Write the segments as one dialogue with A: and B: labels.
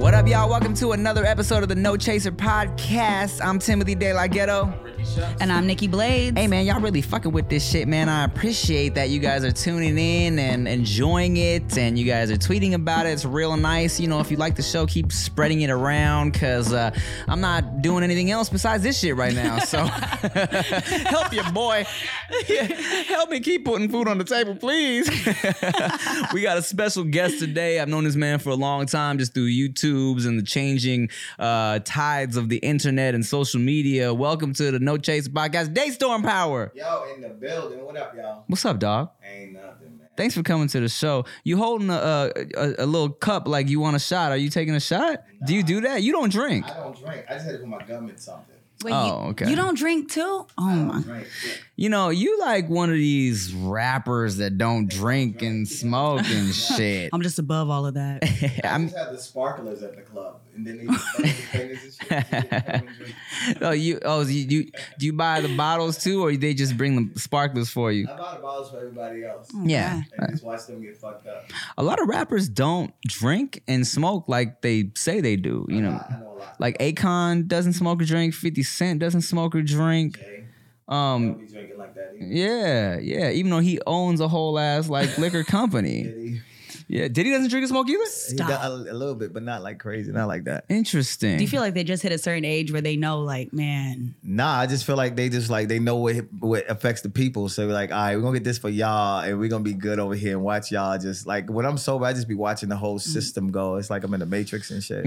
A: What up, y'all? Welcome to another episode of the No Chaser Podcast. I'm Timothy De La Ghetto.
B: And I'm Nikki Blades.
A: Hey man, y'all really fucking with this shit, man. I appreciate that you guys are tuning in and enjoying it, and you guys are tweeting about it. It's real nice. You know, if you like the show, keep spreading it around because uh, I'm not doing anything else besides this shit right now. So help your boy. help me keep putting food on the table, please. we got a special guest today. I've known this man for a long time, just through YouTube's and the changing uh, tides of the internet and social media. Welcome to the No Chase Podcast, Daystorm Power.
C: Yo, in the building. What up, y'all?
A: What's up, dog?
C: Ain't nothing, man.
A: Thanks for coming to the show. You holding a, a, a, a little cup like you want a shot. Are you taking a shot? Do you do that? You don't drink.
C: I don't drink. I just had to put my gum in something.
B: Wait,
A: Oh,
B: you,
A: okay.
B: you don't drink too? Oh
C: I don't
B: my.
C: drink.
A: You know, you like one of these rappers that don't drink and smoke and shit.
B: I'm just above all of that.
C: I
A: I'm,
C: just had the sparklers at the club, and then they just started the fingers and shit. So they didn't come and drink.
A: oh, you oh you, you do you buy the bottles too, or they just bring the sparklers for you?
C: I bought bottles for everybody else,
B: Oh,
A: Yeah,
C: and just watched them get fucked up.
A: a lot of rappers don't drink and smoke like they say they do. You know,
C: I, I know a lot.
A: like Akon doesn't smoke or drink. Fifty Cent doesn't smoke or drink.
C: okay? I
A: Um,
C: don't be drinking like that. either.
A: Yeah, yeah. Even though he owns a whole ass like liquor company.
C: Diddy.
A: Yeah, Diddy doesn't drink and smoke either.
C: He
B: Stop.
C: got a, a little bit, but not like crazy, not like that.
A: Interesting.
B: Do you feel like they just hit a certain age where they know, like, man,
C: Nah, I just feel like they just like they know what what affects the people. So we're like, all right, we're gonna get this for y'all, and we're gonna be good over here and watch y'all. Just like when I'm sober, I just be watching the whole system go. It's like I'm in the Matrix and shit.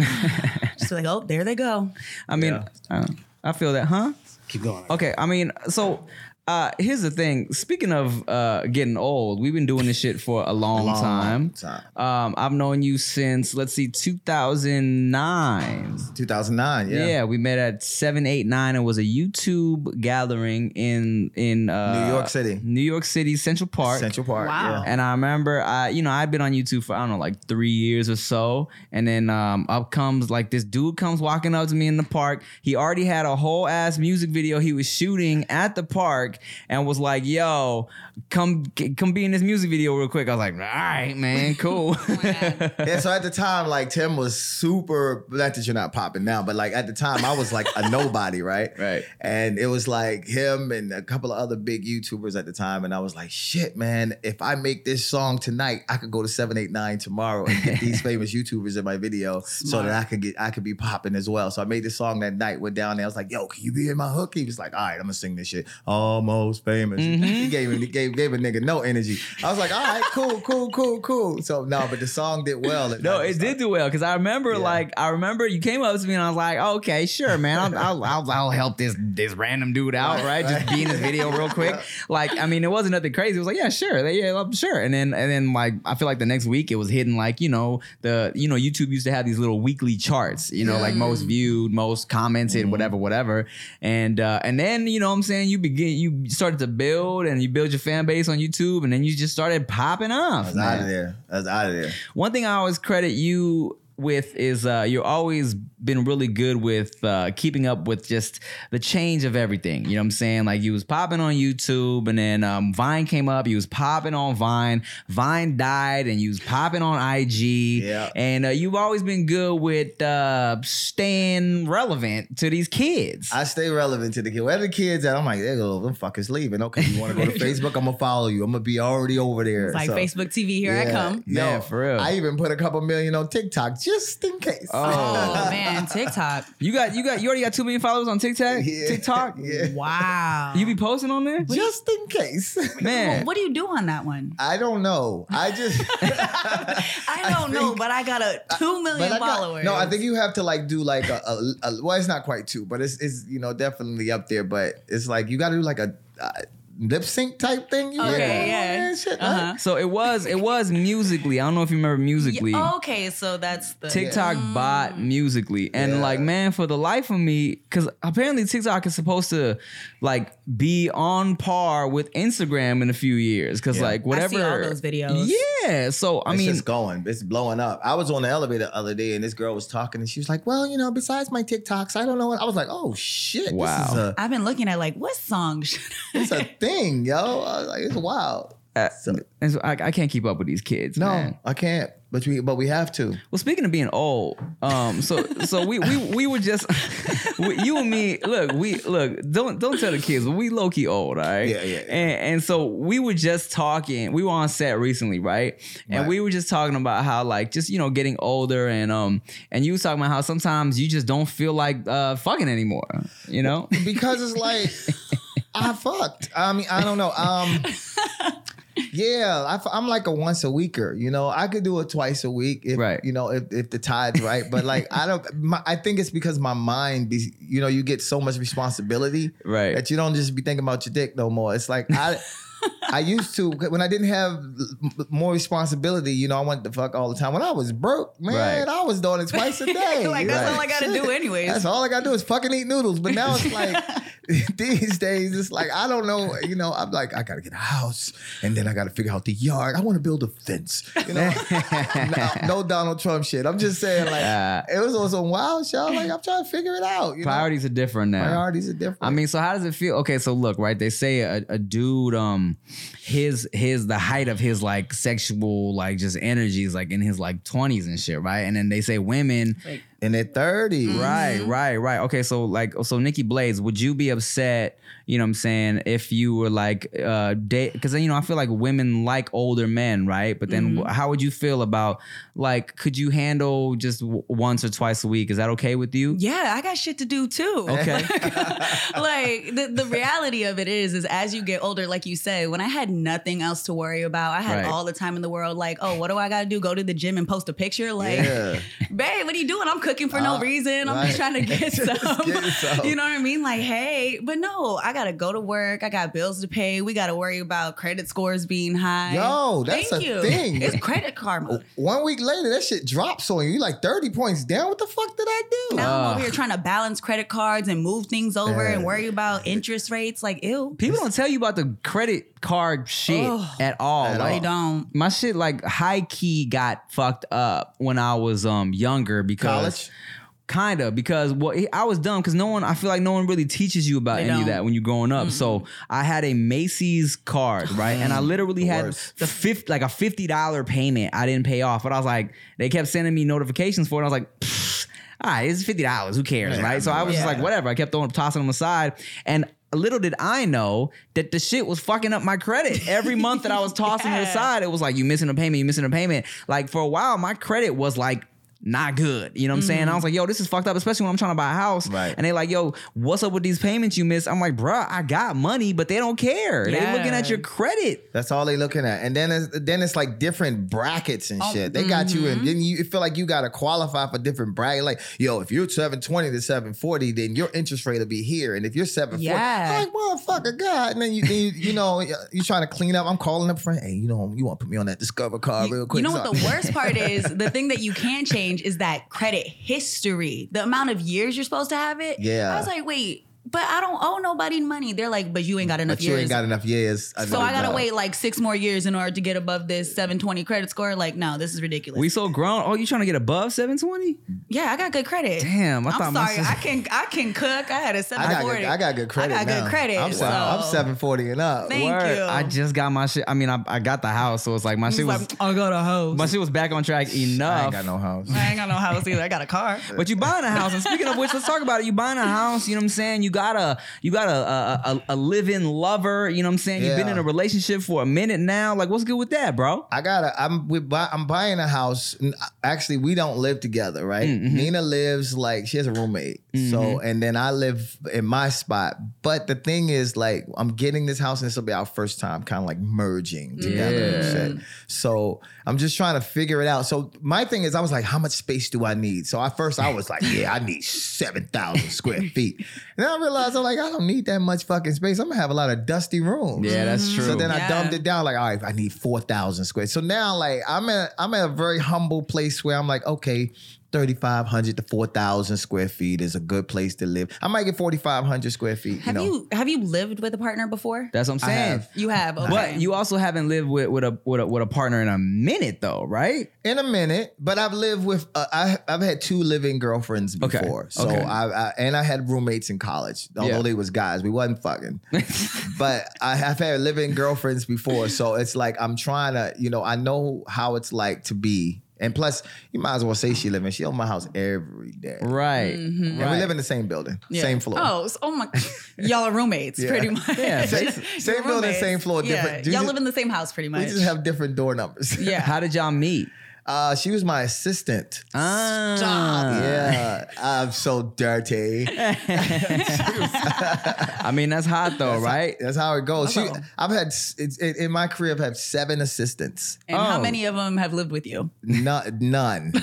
B: just like, oh, there they go.
A: I mean,
C: Yeah.
A: uh, I feel that, huh?
C: Keep going.
A: Okay. I mean, so uh, here's the thing. Speaking of uh, getting old, we've been doing this shit for a long,
C: long
A: time.
C: time.
A: Um, I've known you since let's see, 2009.
C: 2009.
A: Yeah.
C: Yeah.
A: we met at seven, eight, nine. It was a YouTube gathering in in uh,
C: New York City.
A: New York City Central Park.
C: Central Park.
B: Wow.
C: Yeah.
A: And I remember, I you know, I've been on YouTube for I don't know, like three years or so. And then um, up comes like this dude comes walking up to me in the park. He already had a whole ass music video he was shooting at the park, and was like, "Yo, come g- come be in this music video real quick." I was like, "All right, man, cool."
C: Yeah, so at the time, like Tim was super. Not that you're not popping now, but like at the time, I was like a nobody, right?
A: Right.
C: And it was like him and a couple of other big YouTubers at the time, and I was like, shit, man, if I make this song tonight, I could go to seven eight nine tomorrow and get these famous YouTubers in my video, so that I could get I could be popping as well. So I made this song that night. Went down there, I was like, yo, can you be in my hook? He was like, all right, I'm gonna sing this shit. Almost famous.
A: Mm-hmm.
C: He gave him he gave gave a nigga no energy. I was like, all right, cool, cool, cool, cool. So no, but the song did well.
A: No, it did do well because I remember, like, I remember you came up to me and I was like, "Oh, "Okay, sure, man, I'll, I'll, I'll, I'll help this this random dude out, right? Just be in this video real quick." Like, I mean, it wasn't nothing crazy. It was like, "Yeah, sure, yeah, I'm sure." And then, and then, like, I feel like the next week it was hitting like, you know, the you know, YouTube used to have these little weekly charts, you know, like most viewed, most commented, whatever, whatever. And uh, and then, you know, what I'm saying you begin, you started to build and you build your fan base on YouTube, and then you just started popping off.
C: I was out
A: man.
C: of there. I was out of there.
A: One thing I always credit you with is uh, you're always been really good with uh, keeping up with just the change of everything. You know what I'm saying? Like you was popping on YouTube, and then um, Vine came up. You was popping on Vine. Vine died, and you was popping on IG.
C: Yeah.
A: And uh, you've always been good with uh, staying relevant to these kids.
C: I stay relevant to the kid. Where the kids at? I'm like, they go, them fuckers leaving. Okay, you want to go to Facebook? I'm gonna follow you. I'm gonna be already over there.
B: It's like
C: So,
B: Facebook TV, here I
C: yeah.
B: come.
C: No,
A: Man, for real.
C: I even put a couple million on TikTok just in case.
B: Oh, man, TikTok.
A: you got you got you already got two million followers on TikTok.
C: Yeah.
A: TikTok.
C: Yeah.
B: Wow.
A: You be posting on there,
C: just in case.
A: man.
B: what do you do on that one?
C: I don't know. I just
B: I don't know,
C: think-
B: but I got a two million
C: I got-
B: followers.
C: no, I think you have to like do like a, a, a- well, it's not quite two, but it's it's you know definitely up there. But it's like you got to do like a, uh lip sync type thing. You
B: Okay,
C: know, on
B: yeah.
C: there and shit, right?
B: Uh-huh.
A: So it was it was musically. I don't know if you remember musically.
B: Yeah, Oh, okay, so that's the
A: TikTok bought musically. And
C: Yeah.
A: like, man, for the life of me, because apparently TikTok is supposed to like be on par with Instagram in a few years. Cause
C: Yeah.
A: like
B: I
A: whatever
B: see all those videos.
A: Yeah. So I
C: it's
A: mean
C: just going. It's blowing up. I was on the elevator the other day, and this girl was talking, and she was like, "Well, you know, besides my TikToks, I don't know." What, I was like, "Oh shit,
A: Wow.
C: this is a
B: I've been looking at like what song should I
C: it's a thing, yo." I was like, "It's wild."
A: Uh,
C: So-
A: and so I, I can't keep up with these kids.
C: No,
A: man.
C: I can't. But we but we have to.
A: Well, speaking of being old, um, so so we we we were just we, you and me. Look, we look. Don't don't tell the kids. We low key old, all right?
C: Yeah, yeah, yeah.
A: And, and so we were just talking. We were on set recently, right? And
C: Right.
A: we were just talking about how like just you know getting older and um and you was talking about how sometimes you just don't feel like uh fucking anymore. You know?
C: because it's like I fucked. I mean, I don't know. Um, yeah, I, am like a once a weeker. You know, I could do it twice a week, if,
A: Right.
C: You know, if, if the tide's right. But like, I don't. My, I think it's because my mind. Be, you know, you get so much responsibility
A: Right.
C: that you don't just be thinking about your dick no more. It's like I. I used to when I didn't have l- more responsibility, you know, I went to fuck all the time. When I was broke, man,
A: Right.
C: I was doing it twice a day.
B: like that's
A: Right.
B: all I got to
C: Shit.
B: do, anyways.
C: That's all I gotta do is fucking eat noodles. But now it's like these days, it's like I don't know. You know, I'm like I gotta get a house, and then I gotta figure out the yard. I want to build a fence. You know, no, no Donald Trump shit. I'm just saying, like
A: Uh,
C: it was on some wild shit. I'm Like I'm trying to figure it out. You
A: priorities are different
C: know,
A: now.
C: priorities are different.
A: I mean, so how does it feel? Okay, so look, right? They say a, a dude, um, his his the height of his like sexual like just energy is like in his like twenties and shit, right? And then they say women,
B: Like,
C: in their 30s,
A: right, right, right. Okay, so like, so Nikki Blades, would you be upset? You know what I'm saying? If you were like uh date, because you know I feel like women like older men, right? But then wh- how would you feel about like could you handle just w- once or twice a week? Is that okay with you?
B: yeah, I got shit to do too.
A: Okay.
B: like the, the reality of it is, is as you get older, like you said, when I had nothing else to worry about, I had
A: Right.
B: all the time in the world. Like, oh, what do I got to do? Go to the gym and post a picture. Like,
C: Yeah.
B: babe, what are you doing? I'm cooking for no
C: Uh,
B: reason. I'm just
C: right.
B: trying to get
C: Just
B: some.
C: get some.
B: You know what I mean? Like, hey, but no, I gotta go to work. I got bills to pay. We gotta worry about credit scores being high.
C: Yo, that's
B: Thank
C: a
B: you.
C: thing.
B: It's credit karma.
C: One week later, that shit drops on you. You like 30 points down. What the fuck did I do?
B: Now I'm
A: Ugh.
B: over here trying to balance credit cards and move things over
C: Yeah.
B: and worry about interest rates. Like, ew.
A: People don't tell you about the credit card shit
B: Ugh.
A: at all.
C: At
A: Like,
B: They don't.
A: my shit like high key got fucked up when I was um younger because
C: College.
A: kind of because well I was dumb because no one I feel like no one really teaches you about
B: They
A: any of
B: don't. Mm-hmm.
A: that when you're growing up. So I had a Macy's card right, and I literally
C: The
A: had
C: worst.
A: the fifth like a fifty dollar payment I didn't pay off, but I was like they kept sending me notifications for it. And I was like. "Pfft, All right, it's fifty dollars. Who cares,
C: Yeah,
A: right? So I was just
B: yeah.
A: like, whatever. I kept throwing, tossing them aside, and little did I know that the shit was fucking up my credit every month that I was tossing it
B: Yeah.
A: aside side, it was like you missing a payment, you missing a payment. Like for a while, my credit was like not good. You know what I'm saying? I was like, yo, this is fucked up, especially when I'm trying to buy a house.
C: Right.
A: And they like, yo, what's up with these payments you missed? I'm like, bruh, I got money, but they don't care. They looking at your
B: Yes.
A: credit.
C: That's all they looking at, and then it's, then it's like different brackets
B: Oh,
C: and shit. They got you,
B: mm-hmm.
C: in then you feel like you got to qualify for different bracket. Like, yo, if you're seven twenty to seven forty, then your interest rate will be here, and if you're seven forty,
B: Yeah.
C: like motherfucker, God, and then you, then you, you know, you trying to clean up. I'm calling up friend, hey, you know, you want to put me on that Discover card Uh, real quick?
B: You know what
C: So-
B: the worst part is? The thing that you can change is that credit history, the amount of years you're supposed to have it.
C: Yeah.
B: I was like, wait, but I don't owe nobody money. They're like, but you ain't got enough
C: But you
B: years.
C: ain't got enough years.
B: so I gotta
C: know.
B: wait like six more years in order to get above this 720 credit score. Like, no, this is ridiculous.
A: We so grown. Oh, you trying to get above 720?
B: yeah, I got good credit.
A: Damn, I
B: I'm
A: thought my
B: sorry.
A: sis-
B: I can I can cook. I had a
C: I got,
B: 740.
C: good, I got good credit.
B: I got
C: now.
B: good credit.
C: I'm, seven- I'm
B: so-
C: 740 and up.
B: Thank you.
A: I just got my shit. I mean, I, I got the house, so it's like my
B: He's
A: shit was
B: like, I got a house.
A: my shit was back on track
C: I
A: enough.
C: ain't got no house.
B: I ain't got no house either. I got a car.
A: But you buying a house, and speaking of which, let's talk about it. You buying a house, you know what I'm saying? You got a you got a a, a, a live-in lover, you know what I'm saying? You've been
C: Yeah.
A: in a relationship for a minute now. Like, what's good with that, bro?
C: I gotta. I'm we buy, I'm buying a house. N- Actually, we don't live together, right? Nina lives like she has a roommate. So and then I live in my spot. But the thing is, like, I'm getting this house, and this will be our first time, kind of like merging together.
A: Yeah.
C: And shit. So I'm just trying to figure it out. So my thing is, I was like, how much space do I need? So at first, I was like, yeah, I need seven thousand square feet. And then I realized I'm like, I don't need that much fucking space. I'm gonna have a lot of dusty rooms.
A: that's true.
C: Mm-hmm. So then I
B: Yeah.
C: dumped it down like, all right, I need four thousand square. So now like I'm at I'm at a very humble place where I'm like, okay, 3,500 to 4,000 square feet is a good place to live. I might get 4,500 square feet.
B: Have
C: you, know.
B: you have you lived with a partner before?
A: That's what I'm
C: I
A: saying.
C: have.
B: You have, okay.
A: But you also haven't lived with with a with a with a partner in a minute though, right?
C: in a minute, but I've lived with uh, I I've had two living girlfriends
A: Okay.
C: before. So
A: Okay.
C: I, I and I had roommates in college, although
A: Yeah.
C: they was guys. We wasn't fucking, but I have had living girlfriends before. So it's like I'm trying to, you know, I know how it's like to be. And plus, you might as well say she living. She on my house every day.
A: Right.
C: And
A: right.
C: we live in the same building,
B: Yeah.
C: same floor.
B: Oh, so, oh my! Y'all are roommates,
C: Yeah.
B: pretty much.
A: Yeah,
C: same-
B: You're
C: same building,
B: roommates.
C: same floor,
B: Yeah.
C: different- you
B: Y'all
C: just-
B: live in the same house, pretty much.
C: We just have different door numbers.
B: yeah.
A: How did y'all meet?
C: Uh, she was my assistant.
A: Ah.
C: yeah, I'm so dirty.
A: I mean, that's hot though, right?
C: That's how it goes. She,
B: Wow.
C: I've had s- it's, in in my career, I've had seven assistants.
B: and how
A: Oh.
B: many of them have lived with you?
C: No, none.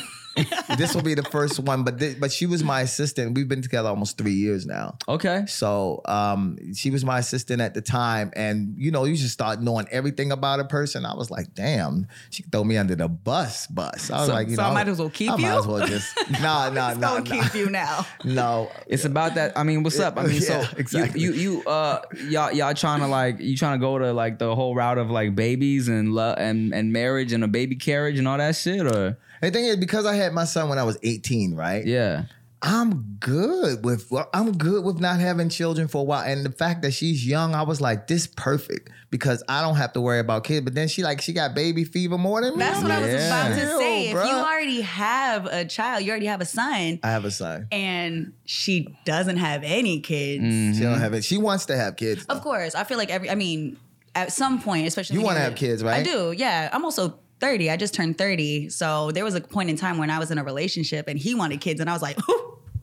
C: this will be the first one, but thi- but she was my assistant. We've been together almost three years now.
A: Okay.
C: So um, she was my assistant at the time, and you know, you just start knowing everything about a person. I was like, damn, she throw me under the bus. Bus. I was
B: So-
C: like, you
B: so I
C: know,
B: might as well keep
C: I
B: you?
C: might as well just no, no,
B: It's
C: no,
B: gonna
C: no,
B: keep you now.
C: no.
A: It's about that. I mean, what's up? I mean,
C: Yeah,
A: so
C: exactly.
A: you, you, you, uh, y'all, y'all trying to like, you trying to go to like the whole route of like babies and love and and marriage and a baby carriage and all that shit, or
C: The thing is, because I had my son when I was 18, right?
A: yeah,
C: I'm good with well, I'm good with not having children for a while. And the fact that she's young, I was like, this perfect because I don't have to worry about kids. But then she like she got baby fever more than me.
B: That's what I was
A: Yeah.
B: about to say. If
C: Bruh.
B: you already have a child, you already have a son,
C: I have a son.
B: and she doesn't have any kids.
C: She
A: Mm-hmm.
C: don't have it. She wants to have kids.
B: Of course, I feel like every. I mean, at some point, especially
C: You
B: when
C: wanna
B: you're-
C: have kids, right?
B: I do. Yeah, I'm also. 30. I just turned 30. So there was a point in time when I was in a relationship and he wanted kids and I was like,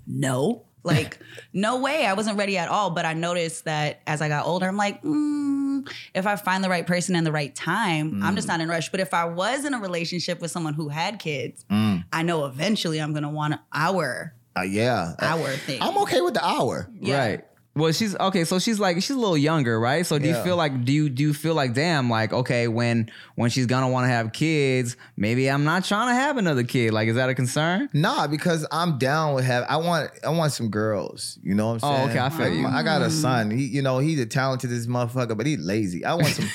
B: "No." Like, no way. I wasn't ready at all, but I noticed that as I got older, I'm like, mm, if I find the right person and the right time, I'm
C: Mm.
B: just not in a rush. But if I was in a relationship with someone who had kids,
C: Mm.
B: I know eventually I'm going to want our
C: Uh, yeah.
B: our thing.
C: I'm okay with the hour.
B: Yeah.
A: right. Well, she's okay. So she's like, she's a little younger, right? So do you
C: Yeah.
A: feel like, do you do you feel like, damn, like okay, when when she's gonna want to have kids, maybe I'm not trying to have another kid. Like, is that a concern?
C: Nah, because I'm down with have I want I want some girls. You know what I'm
A: Oh,
C: saying?
A: okay, I feel you.
C: I'm- I got a son. He, you know, he's a talented this motherfucker, but he's lazy. I want some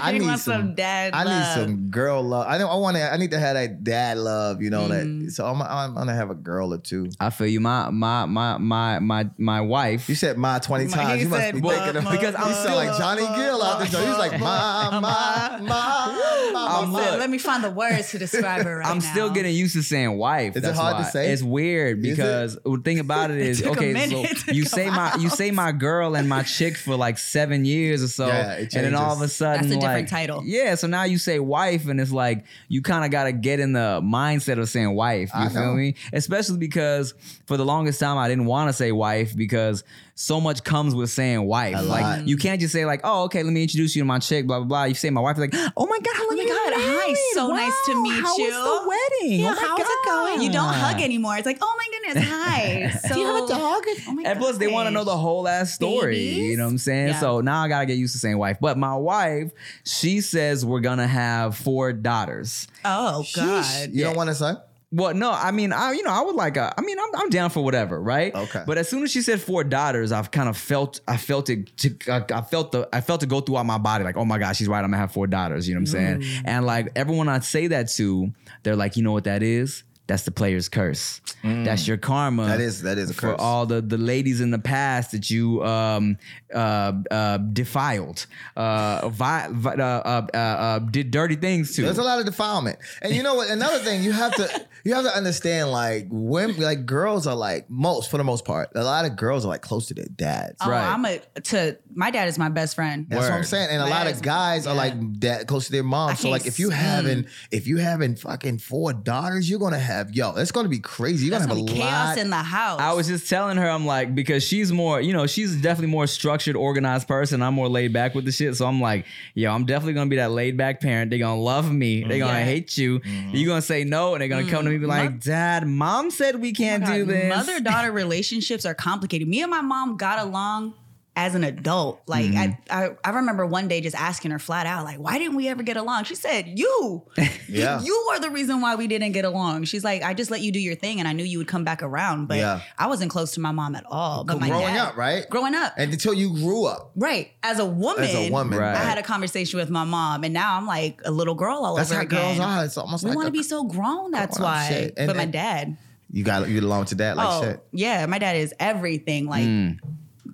C: I
B: He
C: need
B: wants
C: some,
B: some dad
C: I
B: love.
C: need some girl love. I know I want to I need to have that dad love, you know that. So I'm, I'm gonna have a girl or two.
A: I feel you. My my my my my my wife.
C: You said my 20
B: My-
C: times.
B: he
C: You must
B: said,
C: be
B: "Ma,
C: thinking of
B: ma,
C: because
A: ma,
C: you sound like Johnny
B: ma,
C: Gill out there. He's like ma ma ma ma.
A: I'm
C: ma.
A: look.
B: Oh, Let me find the words to describe her right
A: I'm
B: now.
A: still getting used to saying wife.
C: Is it
A: That's
C: hard to
A: why.
C: say?
A: It's weird
C: Is it?
A: because the thing about it is
B: took a
A: okay.
B: minute
A: So
B: to
A: you
B: come
A: say my you say my girl and my chick for like seven years or so,
C: Yeah, it
A: and then all of a
C: changes.
A: sudden
B: That's a different
A: like,
B: title.
A: Yeah, so now you say wife, and it's like you kind of got to get in the mindset of saying wife. You
C: I
A: feel
C: know.
A: me? Especially because for the longest time I didn't want to say wife because so much comes with saying wife.
C: A
A: like
C: lot.
A: you can't just say like, oh, okay, let me introduce you to my chick, blah blah blah. You say my wife, like, oh my god, how long
B: my
A: you
B: God,
A: been
B: hi,
A: married?
B: so nice to meet
A: how
B: you."
A: was the wedding?
B: Yeah,
A: Oh my
B: how's it
A: God.
B: going? You don't hug anymore. It's like, oh my goodness, hi. So, Oh my
A: And plus, they want to know the
B: gosh.
A: whole ass story. You
B: Babies?
A: know what I'm saying?
B: Yeah.
A: So now I gotta get used to saying wife. But my wife, she says we're gonna have four daughters.
B: Oh God.
C: You don't want a son?
A: Well, no, I mean, I you know, I would like a. I mean, I'm, I'm down for whatever, right?
C: Okay.
A: But as soon as she said four daughters, I've kind of felt, I felt it, to, I, I felt the, I felt it go throughout my body, like, oh my God, she's right, I'm gonna have four daughters. You know what I'm
C: Mm.
A: saying? And like everyone I say that to, they're like, you know what that is? That's the player's curse. That's your karma.
C: Mm. That is- that is a
A: Uh, for
C: curse.
A: all the the ladies in the past that you um uh, uh defiled, uh, vi- vi- uh, uh, uh, uh did dirty things to.
C: There's a lot of defilement, and you know what? Another thing you have to you have to understand, like women, like girls are like most for the most part. A lot of girls are like close to their dads.
B: Oh,
A: Right.
B: I'm a to my dad is my best friend.
C: That's what I'm
A: Word.
C: saying. And a
B: My
C: lot of
B: dad's-
C: guys are
B: yeah.
C: like that close to their mom. So
B: can't
C: like if you
B: s-
C: having if you having fucking four daughters, you're gonna have yo, it's gonna be crazy. You're
B: That's
C: gonna have
B: gonna be
C: a
B: chaos
C: lot.
B: in the house.
A: I was just telling her, I'm like, because she's more, you know, she's definitely more structured, organized person. I'm more laid back with the shit. So I'm like, yo, I'm definitely gonna be that laid back parent. They're gonna love me. They're gonna
B: Mm-hmm. Yeah. Mm-hmm.
A: hate you. You're gonna say no, and they're gonna come to me and be like, Dad,
B: Oh
A: mom said we can't do this.
B: Mother daughter relationships are complicated. Me and my mom got along as an adult. Like
C: Mm-hmm.
B: I, I, I remember one day just asking her flat out, like, why didn't we ever get along? She said, You.
C: Yeah.
B: You are the reason why we didn't get along. She's like, I just let you do your thing and I knew you would come back around. But
C: Yeah.
B: I wasn't close to my mom at all. But my
C: growing
B: dad,
C: up, right?
B: growing up.
C: And until you grew up
B: right. As a woman.
C: as a woman,
A: Right.
B: I had a conversation with my mom, and now I'm like a little girl all
C: that's
B: over
C: how
B: again.
C: girls are. It's almost
B: We
C: like
B: want
C: a-
B: to be so grown. That's
C: grown up
B: why.
C: shit. And-
B: but my
C: and-
B: dad.
C: you got you along to that like
B: oh
C: shit. Hmm.
B: yeah, my dad is everything. Like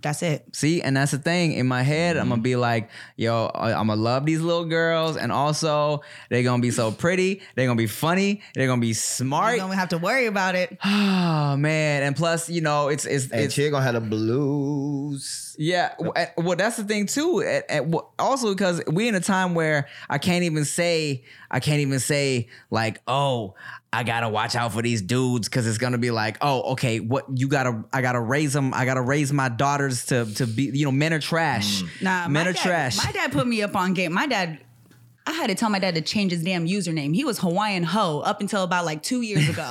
B: that's it.
A: See, and that's the thing. In my head, I'm
B: Mm-hmm.
A: gonna be like, yo, I- I'm gonna love these little girls, and also they're gonna be so pretty, they're gonna be funny, they're gonna be
B: You
A: smart.
B: don't have to worry about it.
A: Oh man! And plus, you know, it's it's
C: And
A: it's
C: she gonna have the blues.
A: Yeah, w- and- well, that's the thing too. And- and w- Also, because we in a time where I can't even say, I can't even say like, oh, I gotta watch out for these dudes because it's gonna be like, oh, okay, what you gotta, I gotta raise them, I gotta raise my daughters to to be, you know, men are trash.
B: Nah,
A: men
B: my
A: are
B: dad,
A: trash.
B: My dad put me up on game. My dad. I had to tell my dad to change his damn username. He was Hawaiian Ho up until about like two years ago.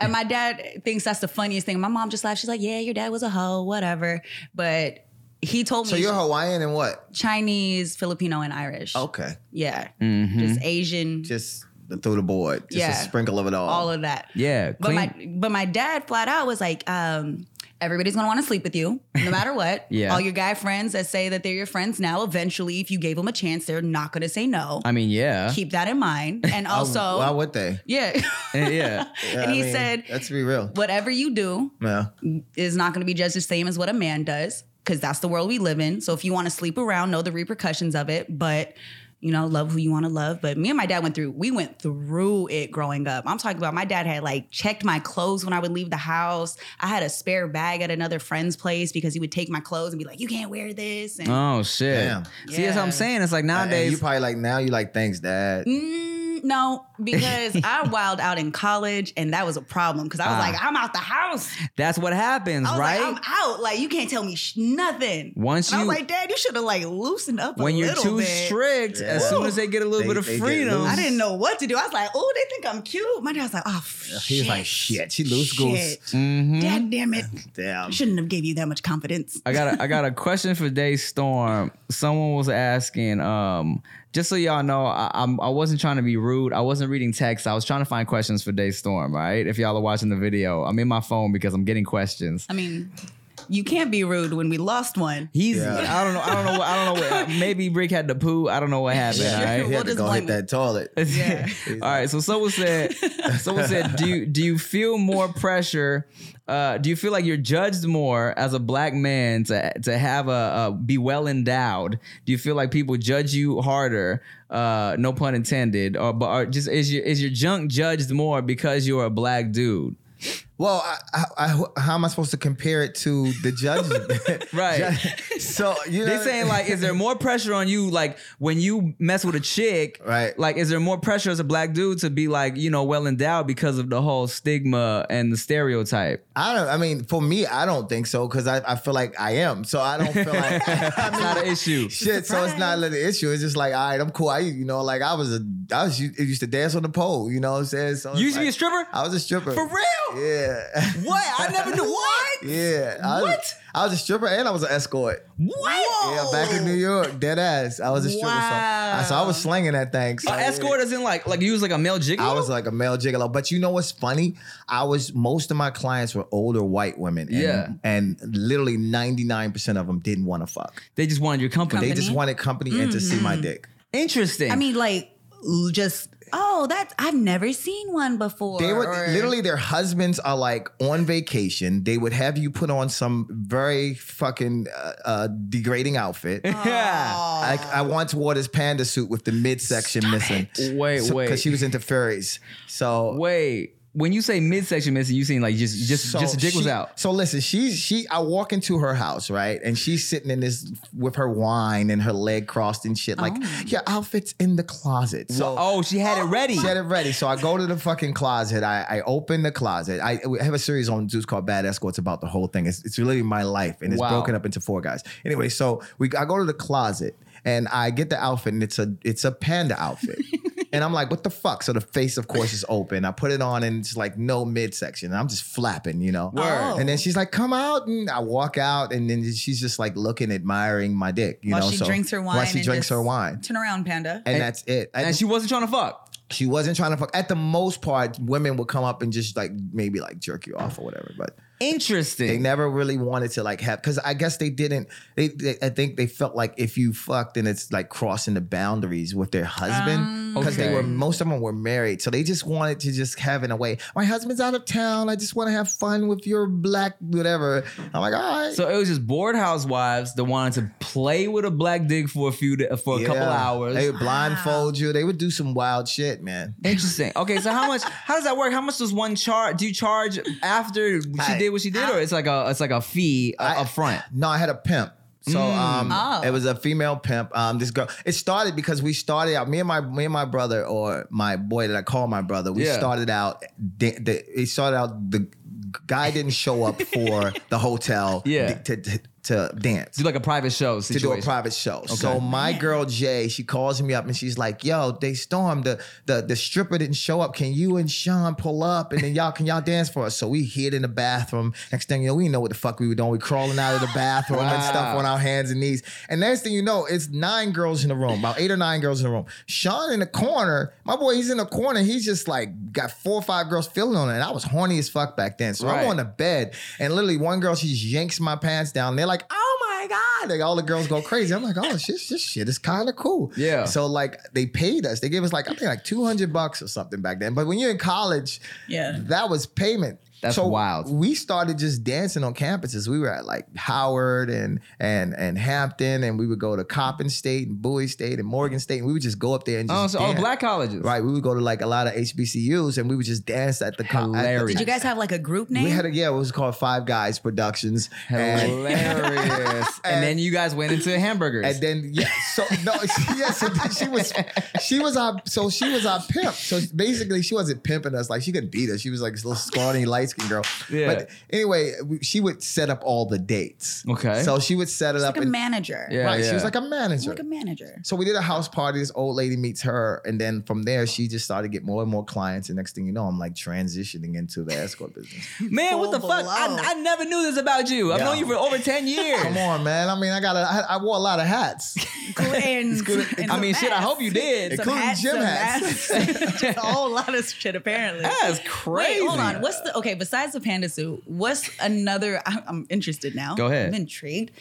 B: and my dad thinks that's the funniest thing. My mom just laughed. She's like, Yeah, your dad was a hoe, whatever. But he told
C: So
B: me
C: you're Hawaiian and what?
B: Chinese, Filipino, and Irish.
C: Okay,
B: Yeah.
A: Mm-hmm.
B: Just Asian,
C: Oh. Mm-hmm. just through the board, just
B: Yeah.
C: a sprinkle of it all.
B: all of that.
A: yeah,
B: But
A: clean-
B: my but my dad flat out was like, um, everybody's gonna want to sleep with you, no matter what.
A: Yeah.
B: All your guy friends that say that they're your friends now, eventually, if you gave them a chance, they're not gonna say no.
A: I mean, yeah,
B: Keep that in mind. And
C: Oh,
B: also,
C: why would they?
B: yeah.
A: Eh, yeah,
C: Yeah,
B: and
C: I
B: he
C: mean,
B: said,
C: "Let's be real."
B: whatever you do
C: Yeah.
B: is not gonna be judged the same as what a man does, because that's the world we live in. So if you want to sleep around, know the repercussions of it, but. You know, love who you want to love. But me and my dad went through, we went through it growing up. I'm talking about my dad had like checked my clothes when I would leave the house. I had a spare bag at another friend's place because he would take my clothes and be like, you can't wear this. And
A: oh shit. Uh,
C: Damn.
A: See, that's what I'm
B: Yeah.
A: saying. It's like
C: And
A: nowadays,
C: you probably like now you like thanks dad.
B: Mm, no, because I wilded out in college, and that was a problem. Because I was
A: Ah.
B: like, I'm out the house.
A: that's what happens,
B: I was
A: right?
B: like, I'm out. Like you can't tell me sh- nothing.
A: Once
B: And I
A: you-
B: was like, Dad, you should have like loosened up.
A: when
B: a
A: you're
B: little
A: too
B: bit.
A: strict, as
C: Yeah.
A: soon as they get a little
C: They-
A: bit of
C: they get
A: freedom,
C: loose.
B: I didn't know what to do. I was like, oh, they think I'm cute. My dad was like, oh, shit.
C: He was like, shit, she loose
B: Shit.
C: goose. Mm-hmm.
A: Mhm.
B: Dad, damn it,
C: Damn.
B: shouldn't have gave you that much confidence.
A: I got a, I got a question for Day Storm. Someone was asking, um, just so y'all know, I, I'm I wasn't trying to be rude. I wasn't reading text. I was trying to find questions for Day Storm. Right? If y'all are watching the video, I'm in my phone because I'm getting questions.
B: I mean, you can't be rude when we lost one.
A: He's
C: Yeah.
A: I don't know I don't know what, I don't know what maybe Brick had to poo. I don't know what happened.
C: Yeah,
A: All
B: Sure.
A: right.
C: He
B: We'll
C: had to
B: just
C: go
B: blame
C: hit
B: him.
C: that toilet.
B: Yeah.
A: All right. So someone said, someone said, do you do you feel more pressure? Uh, do you feel like you're judged more as a black man to to have a, uh be well endowed? Do you feel like people judge you harder? Uh, no pun intended. Or but or just is your is your junk judged more because you're a black dude?
C: Well, I, I, I, how am I supposed to compare it to the judge?
A: Right.
C: Judge- so you know,
A: They saying like, is there more pressure on you like when you mess with a chick?
C: Right.
A: Like, is there more pressure as a black dude to be like you know well endowed because of the whole stigma and the stereotype?
C: I don't. I mean, for me, I don't think so because I, I feel like I am. So I don't feel like I
A: It's
C: mean,
A: not an issue.
C: shit. So it's not like an issue. It's just like, all right, I'm cool. I you know, like I was a I was u- used to dance on the pole. You know what I'm saying? So it's
A: You used to be
C: like-
A: a stripper?
C: I was a stripper
A: For real?
C: Yeah.
A: What? I never knew what?
C: Yeah, I was,
A: What?
C: I was a stripper and I was an escort.
A: What?
C: Yeah, back
A: Oh.
C: in New York, dead ass. I was a stripper, so, I, so I was slanging that thing. So
A: An escort isn't like like you was like a male jiggle.
C: I was like a male gigolo. But you know what's funny? I was most of my clients were older white women. And,
A: Yeah.
C: And literally 99% of them didn't want to fuck.
A: they just wanted your company.
C: They just
B: Company?
C: wanted company and to see my dick.
A: Interesting.
B: I mean, like, l- just oh, that's I've never seen one before.
C: They were
B: or-
C: literally their husbands are like on vacation. They would have you put on some very fucking uh, uh, degrading outfit.
A: yeah.
C: Like I once wore this panda suit with the midsection missing.
A: Wait, wait.
C: Because she was into furries. So
A: Wait. When you say midsection missing, you seem like just just just the dick was
C: she-
A: out.
C: So listen, she she I walk into her house, right? And she's sitting in this with her wine and her leg crossed and shit. Like, your outfit's in the closet. So
A: Oh, she had it ready.
C: She had it ready. So I go to the fucking closet. I, I open the closet. I, I have a series on Zeus called Bad Escorts about the whole thing. It's, it's literally my life and it's
A: Wow.
C: broken up into four guys. Anyway, so we I go to the closet and I get the outfit and it's a it's a panda outfit. and I'm like, what the fuck? So the face, of course, is open. I put it on and it's like no midsection. And I'm just flapping, you know?
B: Word.
C: And then she's like, come out. And I walk out and then she's just like looking, admiring my dick, you
B: While
C: know?
B: she
C: so
B: drinks her
C: While
B: wine
C: she
B: and
C: drinks
B: just-
C: her wine.
B: Turn around, Panda.
C: And, that's it.
A: and she wasn't trying to fuck.
C: She wasn't trying to fuck. At the most part, women would come up and just like maybe like jerk you off or whatever. But
A: Interesting.
C: they never really wanted to like have because I guess they didn't. They, they I think they felt like if you fuck, then it's like crossing the boundaries with their husband because
A: Okay.
C: they were most of them were married, so they just wanted to just have in a way. My husband's out of town. I just want to have fun with your black whatever. I'm like, all right.
A: So it was just bored housewives that wanted to play with a black dick for a few da- for a couple
C: Yeah.
A: hours.
C: They would blindfold you. They would do some wild shit, man.
A: Interesting. Okay, so how much? How does that work? How much does one charge? Do you charge after she
C: I-
A: did what she did, or it's like a it's like a fee uh,
C: I-
A: up front?
C: No, I had a pimp. So
A: Mm.
C: um,
B: Oh.
C: it was a female pimp. Um, this girl. It started because we started out. Me and my me and my brother or my boy that I call my brother. We
A: Yeah.
C: started out. The, the, it started out. The guy didn't show up for the hotel.
A: Yeah.
C: d- to, to to dance
A: Do like a private show
C: to
A: situation.
C: do a private show. So
A: Okay.
C: my girl Jay, she calls me up and she's like, "Yo, they stormed the the the stripper didn't show up. Can you and Sean pull up and then y'all can y'all dance for us?" So we hid in the bathroom. Next thing you know, we know what the fuck we were doing. We crawling out of the bathroom and stuff
A: Wow.
C: on our hands and knees. And next thing you know, it's nine girls in the room, about eight or nine girls in the room. Sean in the corner, my boy, he's in the corner. He's just like got four or five girls feeling on it. And I was horny as fuck back then, so
A: Right.
C: I'm on the bed and literally one girl she yanks my pants down. They're like, "Oh my god!" Like all the girls go crazy. I'm like, "Oh shit, this shit is kind of cool."
A: Yeah.
C: So like they paid us. They gave us like I think like 200 bucks or something back then. But when you're in college,
B: Yeah.
C: that was payment.
A: That's
C: so
A: wild.
C: We started just dancing on campuses. We were at like Howard and and and Hampton, and we would go to Coppin State and Bowie State and Morgan State, and we would just go up there and just
A: Oh, so all
C: dance.
A: black colleges.
C: Right, we would go to like a lot of HBCUs, and we would just dance at the co- at the-
A: Hilarious.
B: Did you guys have like a group name?
C: we had a yeah, it was called Five Guys Productions. And,
A: Hilarious. and then you guys went into hamburgers.
C: and then yeah, so no, yes, and then she was she was our so she was our pimp. So basically, she wasn't pimping us like she could beat us. She was like this little scrawny light skinned girl.
A: Yeah.
C: But anyway, we- she would set up all the dates.
A: Okay.
C: So she would set it up.
B: like a
C: and-
B: manager.
A: Yeah.
C: right. She was like a manager.
B: Like a manager.
C: So we did a house party. This old lady meets her, and then from there, she just started to get more and more clients. And next thing you know, I'm like transitioning into the escort business.
A: Man, what the
B: Full
A: fuck?
B: blown.
A: I, I never knew this about you. I've
C: Yeah.
A: known you for over 10 years.
C: Come on, man. I mean, I got a, I, I wore a lot of hats,
B: And, and
A: I mean,
B: some
A: shit, I
B: hats.
A: hope you did.
B: Some
C: Including
B: hats,
C: gym
B: some
C: hats.
B: masks. Just a whole lot of shit, apparently.
A: That's crazy.
B: Wait, hold on. What's the okay? Besides the panda suit, what's another? I'm, I'm interested now.
A: Go ahead.
B: I'm intrigued.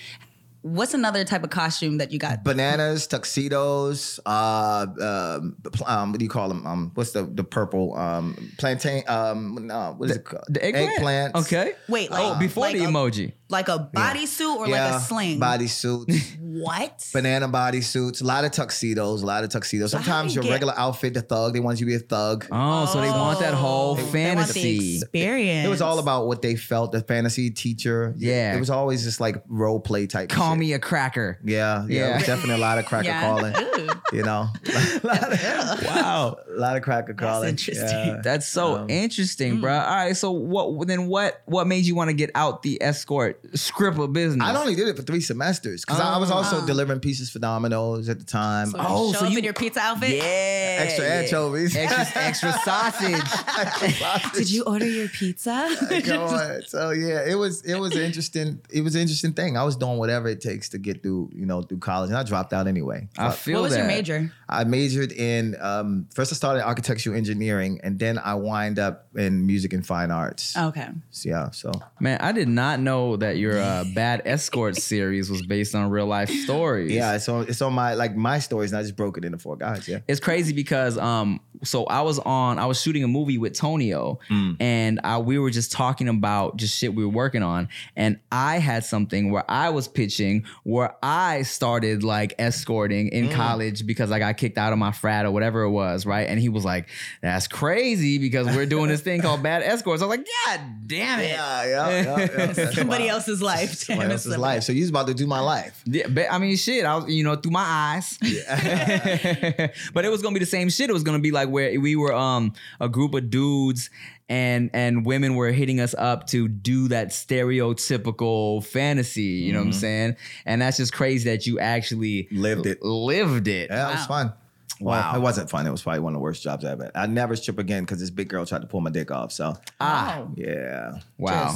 B: What's another type of costume that you got?
C: bananas, tuxedos. Uh, um, pl- um, what do you call them? Um, what's the the purple um plantain? Um, no, what is it called?
A: The eggplant.
C: Eggplants. um,
A: Okay.
B: Wait, like
A: oh, before
B: like
A: the
B: a-
A: emoji.
B: like a bodysuit or like a sling.
C: Body suits,
B: What?
C: banana body suits, a lot of tuxedos, a lot of tuxedos.
B: But how do you
C: Sometimes your
B: get-
C: regular outfit, the thug, they want you to be a thug.
A: Oh, so they want that
C: oh,
A: whole
B: Oh. They want the
A: fantasy.
B: experience.
C: It was all about what they felt, the fantasy teacher.
A: Yeah.
C: It was always just like role play type.
A: Call
C: shit.
A: me a cracker.
C: Yeah, yeah, it was
A: Yeah.
C: definitely a lot of cracker
B: Yeah.
C: calling.
B: Ooh.
A: Um,
C: You know, wow, a lot of cracker calling.
B: interesting.
C: Yeah.
A: That's so
C: Um,
A: interesting, bruh. bro.
B: mm.
A: All right, so what? Then what? What made you want to get out the escort script of business?
C: I only did it for three semesters because I I was also
B: Oh.
C: delivering pieces for Domino's at the time.
B: So
A: Oh,
B: oh, show
A: so
B: up
A: you-
B: in your pizza outfit.
A: Yeah,
C: extra
A: yeah.
C: anchovies.
A: extra, extra sausage.
B: Did you order your pizza?
C: Go on. So yeah, it was it was an interesting it was an interesting thing. I was doing whatever it takes to get through you know through college, and I dropped out anyway.
A: I
C: But-
A: feel
B: what was your
A: that.
B: major?
C: I majored in um, first. I started architectural engineering, and then I wind up in music and fine arts.
B: Oh, Okay.
C: So, yeah, so
A: Man, I did not know that your uh, bad escort series was based on real life stories.
C: yeah, it's on it's on my like my stories, and I just broke it into four guys. Yeah,
A: It's crazy because um so I was on I was shooting a movie with Tonio
C: Mm.
A: and I we were just talking about just shit we were working on and I had something where I was pitching where I started like escorting
C: Mm.
A: in college because I got kicked out of my frat or whatever it was, right? And he was like, That's crazy because we're doing this thing called bad escorts. I was like, God damn it.
C: yeah, yeah. yeah, yeah.
B: Somebody
C: Wow.
B: else's life. Damn,
C: Somebody
B: it's
C: else's
B: slipping.
C: life. So you was about to do my life.
A: Yeah, but, I mean, shit. I was, you know, through my eyes. but it was gonna be the same shit. It was gonna be like where we were, um, a group of dudes and and women were hitting us up to do that stereotypical fantasy. You know what I'm saying? And that's just crazy that you actually
C: Mm-hmm. Lived it.
A: lived it.
C: Yeah, it was
B: Wow.
C: fun. Wow. it wasn't fun. It was probably one of the worst jobs I ever had. I never strip again because this big girl tried to pull my dick off. So,
A: Ah,
B: Oh.
C: yeah.
A: wow.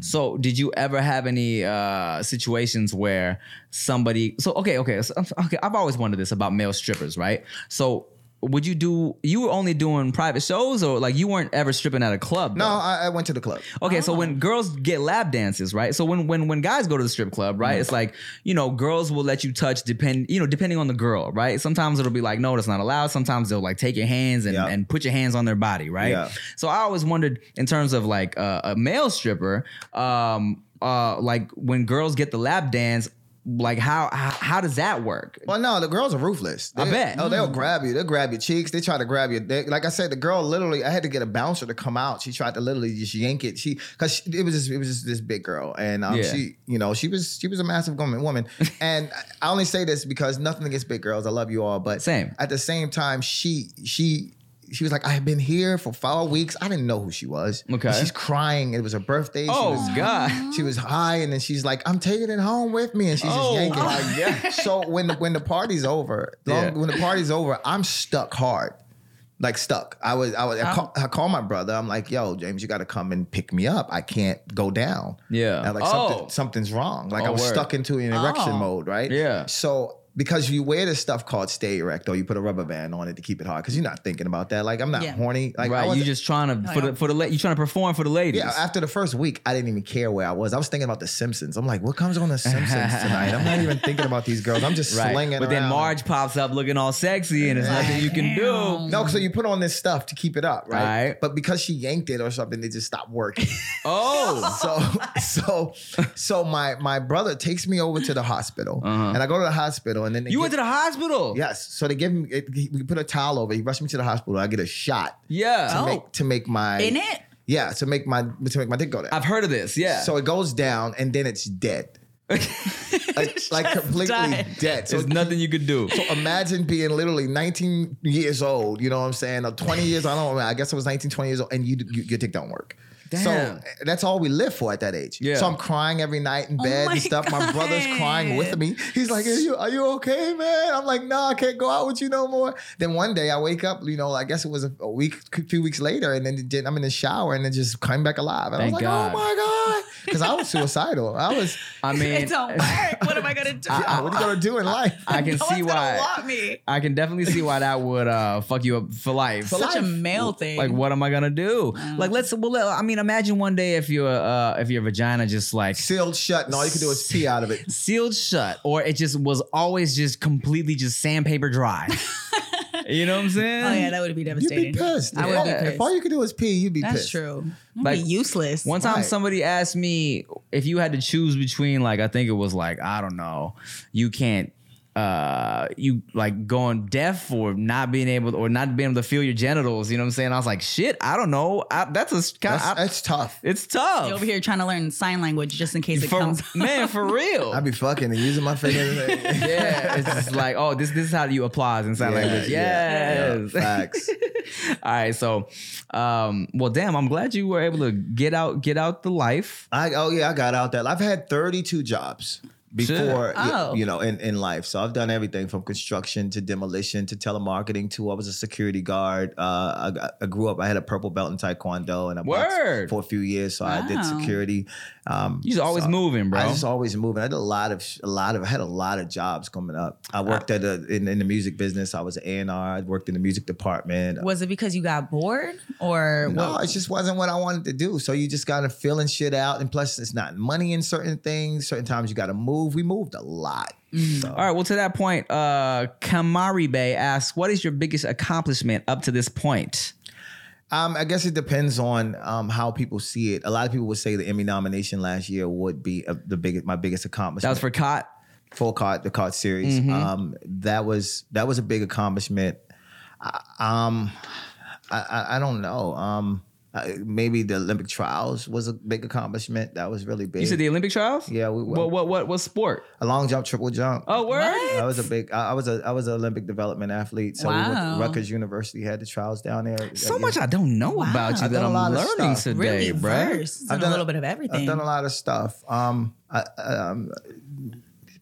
A: So, did you ever have any uh, situations where somebody? So, okay, okay, so, okay. I've always wondered this about male strippers, right? So, would you do? You were only doing private shows, or like you weren't ever stripping at a club?
C: No,
A: though?
C: I, I went to the club.
A: Okay, so
C: Oh.
A: when girls get lap dances, right? So when when when guys go to the strip club,
C: Mm-hmm.
A: right? It's like you know, girls will let you touch depend you know depending on the girl, right? Sometimes it'll be like, no, that's not allowed. Sometimes they'll like take your hands and,
C: Yeah.
A: and put your hands on their body, right?
C: Yeah.
A: So I always wondered in terms of like uh, a male stripper, um, uh, like when girls get the lap dance, like how how, how does that work?
C: Well, no, the girls are ruthless. They,
A: I bet. Hmm.
C: Oh, they'll grab you. They'll grab your cheeks. They try to grab your dick. Like I said, the girl literally, I had to get a bouncer to come out. She tried to literally just yank it. She, cause she- it was just, it was just this big girl, and um,
A: Yeah.
C: she, you know, she was, she was a massive woman. Woman, and I only say this because nothing against big girls. I love you all, but
A: Same.
C: At the same time, she, she. She was like, I've been here for five weeks. I didn't know who she was.
A: Okay.
C: She's crying. It was her birthday. She was-
A: Oh God,
C: she was high, and then she's like, "I'm taking it home with me," and she's
A: Oh,
C: just yanking.
A: my God.
C: So when the when the party's over, long,
A: Yeah.
C: when the party's over, I'm stuck hard, like stuck. I was I was
B: Oh.
C: I, call, I call my brother. I'm like, "Yo, James, you got to come and pick me up. I can't go down.
A: Yeah.
C: And I'm like
A: Oh.
C: something, something's wrong. Like
A: Oh,
C: I was
A: word.
C: stuck into an erection
B: Oh.
C: mode, right?
A: Yeah.
C: So. Because you wear this stuff called stay erect, or you put a rubber band on it to keep it hard. Because you're not thinking about that. Like I'm not
B: Yeah.
C: horny. Like I
A: right? You
C: wasn't-
A: just trying to for
B: yeah.
A: the for the la- you trying to perform for the ladies.
C: yeah, after the first week, I didn't even care where I was. I was thinking about The Simpsons. I'm like, what comes on The Simpsons tonight? I'm not even thinking about these girls. I'm just
A: Right.
C: slinging.
A: But then
C: around.
A: Marge pops up looking all sexy and there's
B: Like,
A: nothing you can do.
B: damn.
C: No, so you put on this stuff to keep it up, right?
A: Mm-hmm. Right.
C: But because she yanked it or something, it just stopped working.
A: Oh.
C: so so so my my brother takes me over to the hospital,
A: Uh-huh.
C: and I go to the hospital, and then they
A: You went to the hospital.
C: yes. So they give me it, he- we put a towel over. He rushed me to the hospital. I get a shot to
A: Yeah.
B: Oh.
C: make to make my
B: In it?
C: yeah to make my to make my dick go down.
A: I've heard of this. Yeah.
C: So it goes down and then it's dead. like, like completely
B: died.
C: dead. So
A: there's nothing you could do.
C: imagine being literally 19 years old, you know what I'm saying? Or 20 years, I don't know. I guess I was 19, 20 years old, and you, you your dick don't work. So
A: Damn.
C: uh, that's all we live for at that age.
A: Yeah. Oh
C: So I'm crying every night in bed
B: my
C: and stuff. My brother's crying with
B: God.
C: me. He's like, are you, are you okay, man? I'm like, no, I can't go out with you no more. Then one day I wake up, you know, I guess it was a, a week, a few weeks later, and then, then I'm in the shower and then just come back alive. And
A: Thank
C: I was like,
A: God.
C: oh my God. Because I was suicidal. I was,
A: I mean,
B: it don't work. What am I gonna do?
C: yeah, what are you going to do in life?
A: I can
B: no
A: see
B: one's
A: why.
B: gonna want me.
A: I can definitely see why that would uh, fuck you up for life.
C: For
B: Such a
C: life.
B: male thing.
A: Like, what am I gonna do?
B: Mm.
A: Like, let's. Well, let- I mean, imagine one day if your uh, if your vagina just like
C: sealed shut, and all you can do is pee out of it.
A: sealed shut, or it just was always just completely just sandpaper dry. you know what I'm saying?
B: Oh yeah, that would be
C: You'd
B: devastating.
C: be pissed.
B: I would
C: if,
B: be
C: if
B: pissed.
C: all you could do is pee, you'd be
B: That's
C: pissed.
B: true. I'd
A: Like,
B: be useless.
A: One time
C: Right.
A: somebody asked me if you had to choose between like I think it was like I don't know, you can't uh you like going deaf or not being able or not being able to feel your genitals, you know what I'm saying? I was like, shit, I don't know. I, that's a kind
C: That's, that's tough.
A: it's tough.
B: You're over here trying to learn sign language just in case it
A: For-
B: comes.
A: man, for real.
C: I'd be fucking and using my fingers.
A: yeah, it's just like, oh, this this is how you applause in sign language.
C: yeah,
A: Yes.
C: yeah, facts.
A: All right, so, um, well, damn, I'm glad you were able to get out, get out the life.
C: I oh yeah, I got out that. I've had 32 jobs before, y-
B: Oh.
C: you know, in, in life. So I've done everything from construction to demolition to telemarketing to I was a security guard. Uh, I, got- I grew up. I had a purple belt in taekwondo and I boxed
A: Word.
C: for a few years. So I did
B: Wow.
C: security. Um,
A: You just always
C: so-
A: moving, bro.
C: I was just always moving. I did a lot of a lot of I had a lot of jobs coming up. I worked at a, in, in the music business. I was an A&R. I worked in the music department.
B: Was it because you got bored or
C: no,
B: what?
C: it just wasn't what I wanted to do. So you just gotta feeling shit out, and plus it's not money in certain things. Certain times you gotta move. We moved a lot. So.
A: All right. Well, to that point, uh, Kamari Bay asks, "What is your biggest accomplishment up to this point?"
C: Um, I guess it depends on um, how people see it. A lot of people would say the Emmy nomination last year would be uh the biggest, my biggest accomplishment.
A: That was for Cot.
C: full card the card series.
A: Mm-hmm.
C: Um, that was that was a big accomplishment. I, um, I, I I don't know. Um, I, maybe the Olympic trials was a big accomplishment. That was really big.
A: You said the Olympic trials.
C: yeah, we,
A: What? What? What? What sport?
C: a long jump, triple jump.
A: Oh, word.
B: What?
C: I was a big. I I was a. I was an Olympic development athlete. So we went to
B: Wow.
C: Rutgers University had the trials down there.
A: So much I don't know about you
C: I've
A: that
C: done a lot
A: I'm
C: of
A: learning
C: stuff.
A: today,
B: really
A: bro.
B: versed in
C: I've
B: a
C: done
B: little
C: a-
B: bit of everything.
C: I've done a lot of stuff. Um, I, I- um,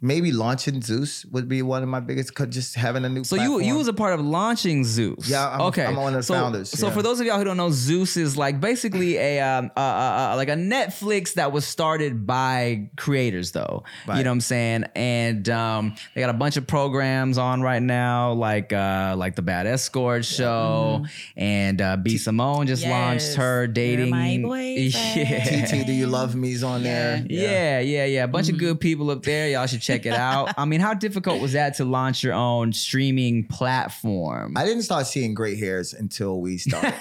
C: maybe launching Zeus would be one of my biggest. Cause just having a new.
A: So you you
C: platform.
A: was a part of launching Zeus.
C: Yeah, I'm-
A: okay.
C: I'm one of the
A: so,
C: founders,
A: So
C: yeah.
A: for those of y'all who don't know, Zeus is like basically a um, uh, uh, uh, like a Netflix that was started by creators, though. You
C: Right.
A: know what I'm saying? And um, they got a bunch of programs on right now, like uh, like the Bad Escort show, and uh, B Simone just launched
B: Mm-hmm. Yes.
A: her
B: You're
A: dating.
B: my boyfriend.
A: Yeah.
C: TT, do you love me's on there?
A: Yeah, yeah, yeah. A bunch
B: Mm-hmm.
A: of good people up there. Y'all should check it out. I mean, how difficult was that to launch your own streaming platform?
C: I didn't start seeing gray hairs until we started.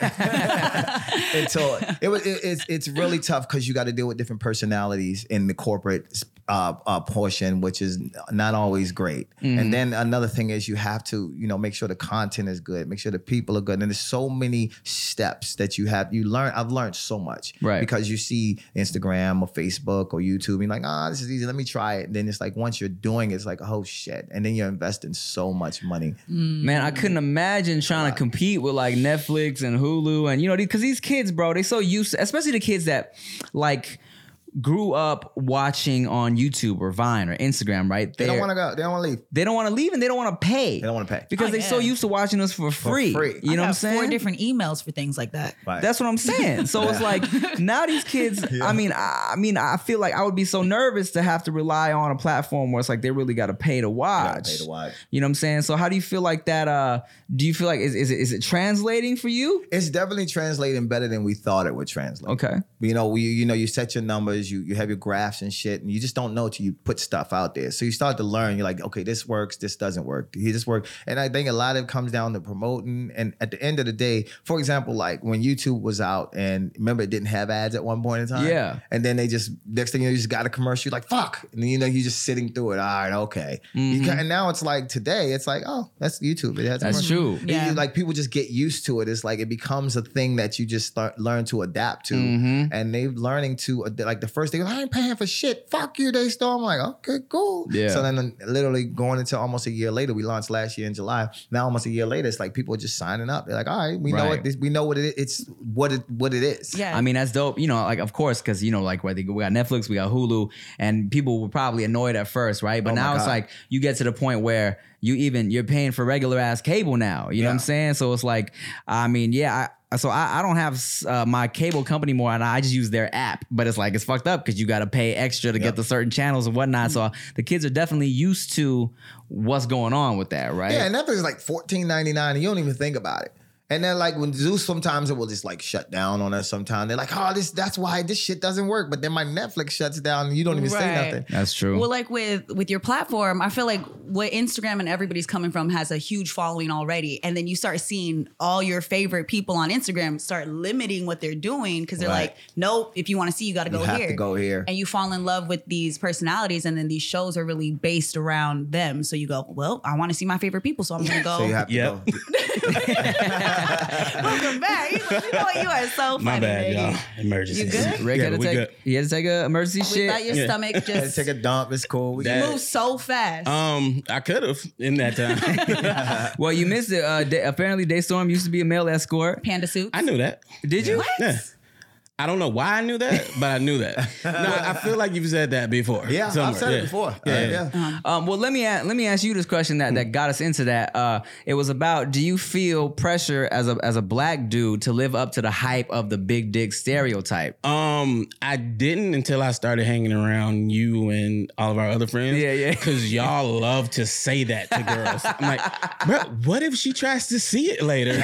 C: until it was, it, it's it's really tough because you got to deal with different personalities in the corporate uh, uh, portion, which is not always great. And then another thing is you have to you know make sure the content is good, make sure the people are good, and there's so many steps that you have. You learn. I've learned so much
A: Right.
C: because you see Instagram or Facebook or YouTube, and you're like, ah, this is easy. Let me try it. And then it's like once you're doing, it, it's like, oh shit. And then you're investing so much money.
A: Man, I couldn't
B: Mm.
A: imagine trying to compete with like Netflix and Hulu and you know because these kids, bro, they so used, to, especially the kids that like grew up watching on YouTube or Vine or Instagram, right?
C: They don't
A: They're-
C: want to go. They don't want to leave.
A: They don't want to leave and they don't want to pay.
C: They don't want to pay.
A: because
B: Oh,
A: they so
B: yeah.
A: used to watching us for free.
C: free.
A: You know
B: I
A: what I'm
B: got
A: saying?
B: Four different emails for things like that.
C: Right.
A: That's what I'm saying. So it's like now these kids. I mean, I, I mean, I feel like I would be so nervous to have to rely on a platform where it's like they really got to pay to
C: Gotta
A: watch.
C: pay to watch.
A: You know what I'm saying? So how do you feel like that? Uh, do you feel like is is it, is it translating for you?
C: It's definitely translating better than we thought it would translate.
A: Okay.
C: You know, you you know, you set your numbers, you you have your graphs and shit, and you just don't know till you put stuff out there. So you start to learn. You're like, okay, this works, this doesn't work, here this work, and I think a lot of it comes down to promoting. And at the end of the day, for example, like when YouTube was out, and remember it didn't have ads at one point in time.
A: Yeah.
C: And then they just next thing you know, you just got a commercial. You're like, fuck, and then, you know, you're just sitting through it. All right, okay.
A: Mm-hmm.
C: You ca- and now it's like today, it's like, oh, that's YouTube. It has commercials.
A: true.
B: Yeah.
C: You- like people just get used to it. It's like it becomes a thing that you just start, learn to adapt to,
A: Mm-hmm.
C: and they learning to ad- like the first thing. I ain't paying for shit. Fuck you, they store. I'm like, okay, cool.
A: Yeah.
C: So then, literally going into almost a year later, we launched last year in July. Now, almost a year later, it's like people are just signing up. They're like, all right, we know
A: Right.
C: what this, we know what it is. It's what it what it is.
B: Yeah.
A: I mean, that's dope. You know, like of course, because you know, like whether we got Netflix, we got Hulu, and people were probably annoyed at first, right? But
C: Oh my
A: now it's
C: God.
A: like you get to the point where you even you're paying for regular ass cable now. You know what I'm
C: Yeah.
A: saying? So it's like, I mean, yeah. I, so I, I don't have uh, my cable company more, and I just use their app. But it's like it's fucked up because you got to pay extra to
C: Yep.
A: get the certain channels and whatnot. So the kids are definitely used to what's going on with that, right?
C: Yeah, and Netflix is like fourteen ninety nine, and you don't even think about it. And then like when Zeus sometimes it will just like shut down on us. Sometimes they're like, oh, this that's why this shit doesn't work. But then my Netflix shuts down, and you don't even say
B: Right.
C: nothing.
A: that's true.
B: Well, like with with your platform, I feel like what Instagram and everybody's coming from has a huge following already, and then you start seeing all your favorite people on Instagram start limiting what they're doing because they're
C: Right.
B: like, nope, if you want to see, you got to
C: You
B: go
C: have
B: here.
C: to go here.
B: And you fall in love with these personalities, and then these shows are really based around them. So you go, well, I want to see my favorite people, so I'm gonna go.
C: So you have to
A: Yep.
C: go.
B: Welcome back. He's like, you know what? You are so funny.
D: My bad,
B: lady.
D: y'all. Emergency.
B: You good?
A: Rick
D: yeah,
A: had to
D: we
A: take
D: good.
A: he had to take a emergency
B: We thought
A: shit.
B: your stomach
C: Gotta
B: just
C: take a dump. It's cool. We
D: That-
B: moves so fast.
D: Um, I could have in that time.
A: Well, you missed it. Uh, Da- apparently, Daystorm used to be a male escort.
B: Panda suits.
D: I knew that.
A: Did you?
B: What?
D: Yeah. I don't know why I knew that, but I knew that. No, I feel like you've said that before.
C: yeah, I've
D: somewhere.
C: said
D: Yeah.
C: it before. Uh,
D: Yeah. Uh-huh.
C: Yeah, yeah.
A: Um, well, let me a let me ask you this question that, that got us into that. Uh, it was about do you feel pressure as a as a black dude to live up to the hype of the big dick stereotype?
D: Um, I didn't until I started hanging around you and all of our other friends.
A: Yeah, yeah.
D: Because y'all love to say that to girls. I'm like, bro, what if she tries to see it later?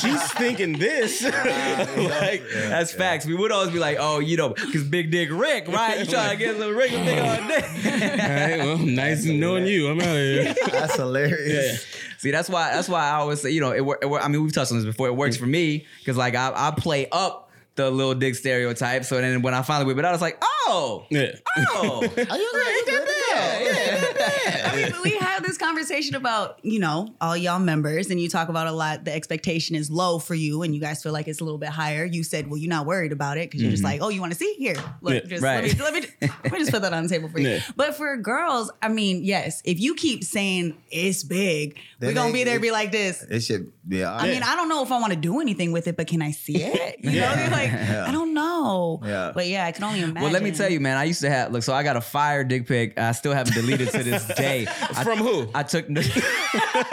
D: She's thinking this. like,
A: That's facts. We would always be like, oh, you know, because big dick Rick, right? You trying to get some Rick thing all day.
D: all right, well, nice knowing you. I'm out of here.
C: That's hilarious.
A: See, that's why that's why I always say, you know, it, wor- it wor- I mean, we've touched on this before. It works for me because like I, I play up the little dick stereotype. So then when I finally whip it out, it's like, oh,
D: Yeah.
A: oh.
C: Are you good?
B: I mean, but we have this conversation about, you know, all y'all members, and you talk about a lot. The expectation is low for you, and you guys feel like it's a little bit higher. You said, well, you're not worried about it because you're just like, oh, you want to see? Here. Look,
D: Yeah,
B: just
A: Mm-hmm. right.
B: let, me, let, me, let me just put that on the table for you.
D: Yeah.
B: But for girls, I mean, yes, if you keep saying it's big,
C: Then
B: we're going
C: they-
B: to be there
C: it-
B: be like this.
C: It should. Yeah.
B: I mean, I don't know if I want to do anything with it, but can I see it? You know, they're like, I don't know. know.
C: Yeah.
B: But yeah, I can only imagine.
A: Well, let me tell you, man. I used to have look. So I got a fire dick pic. I still haven't deleted to this day. I,
D: From who?
A: I took.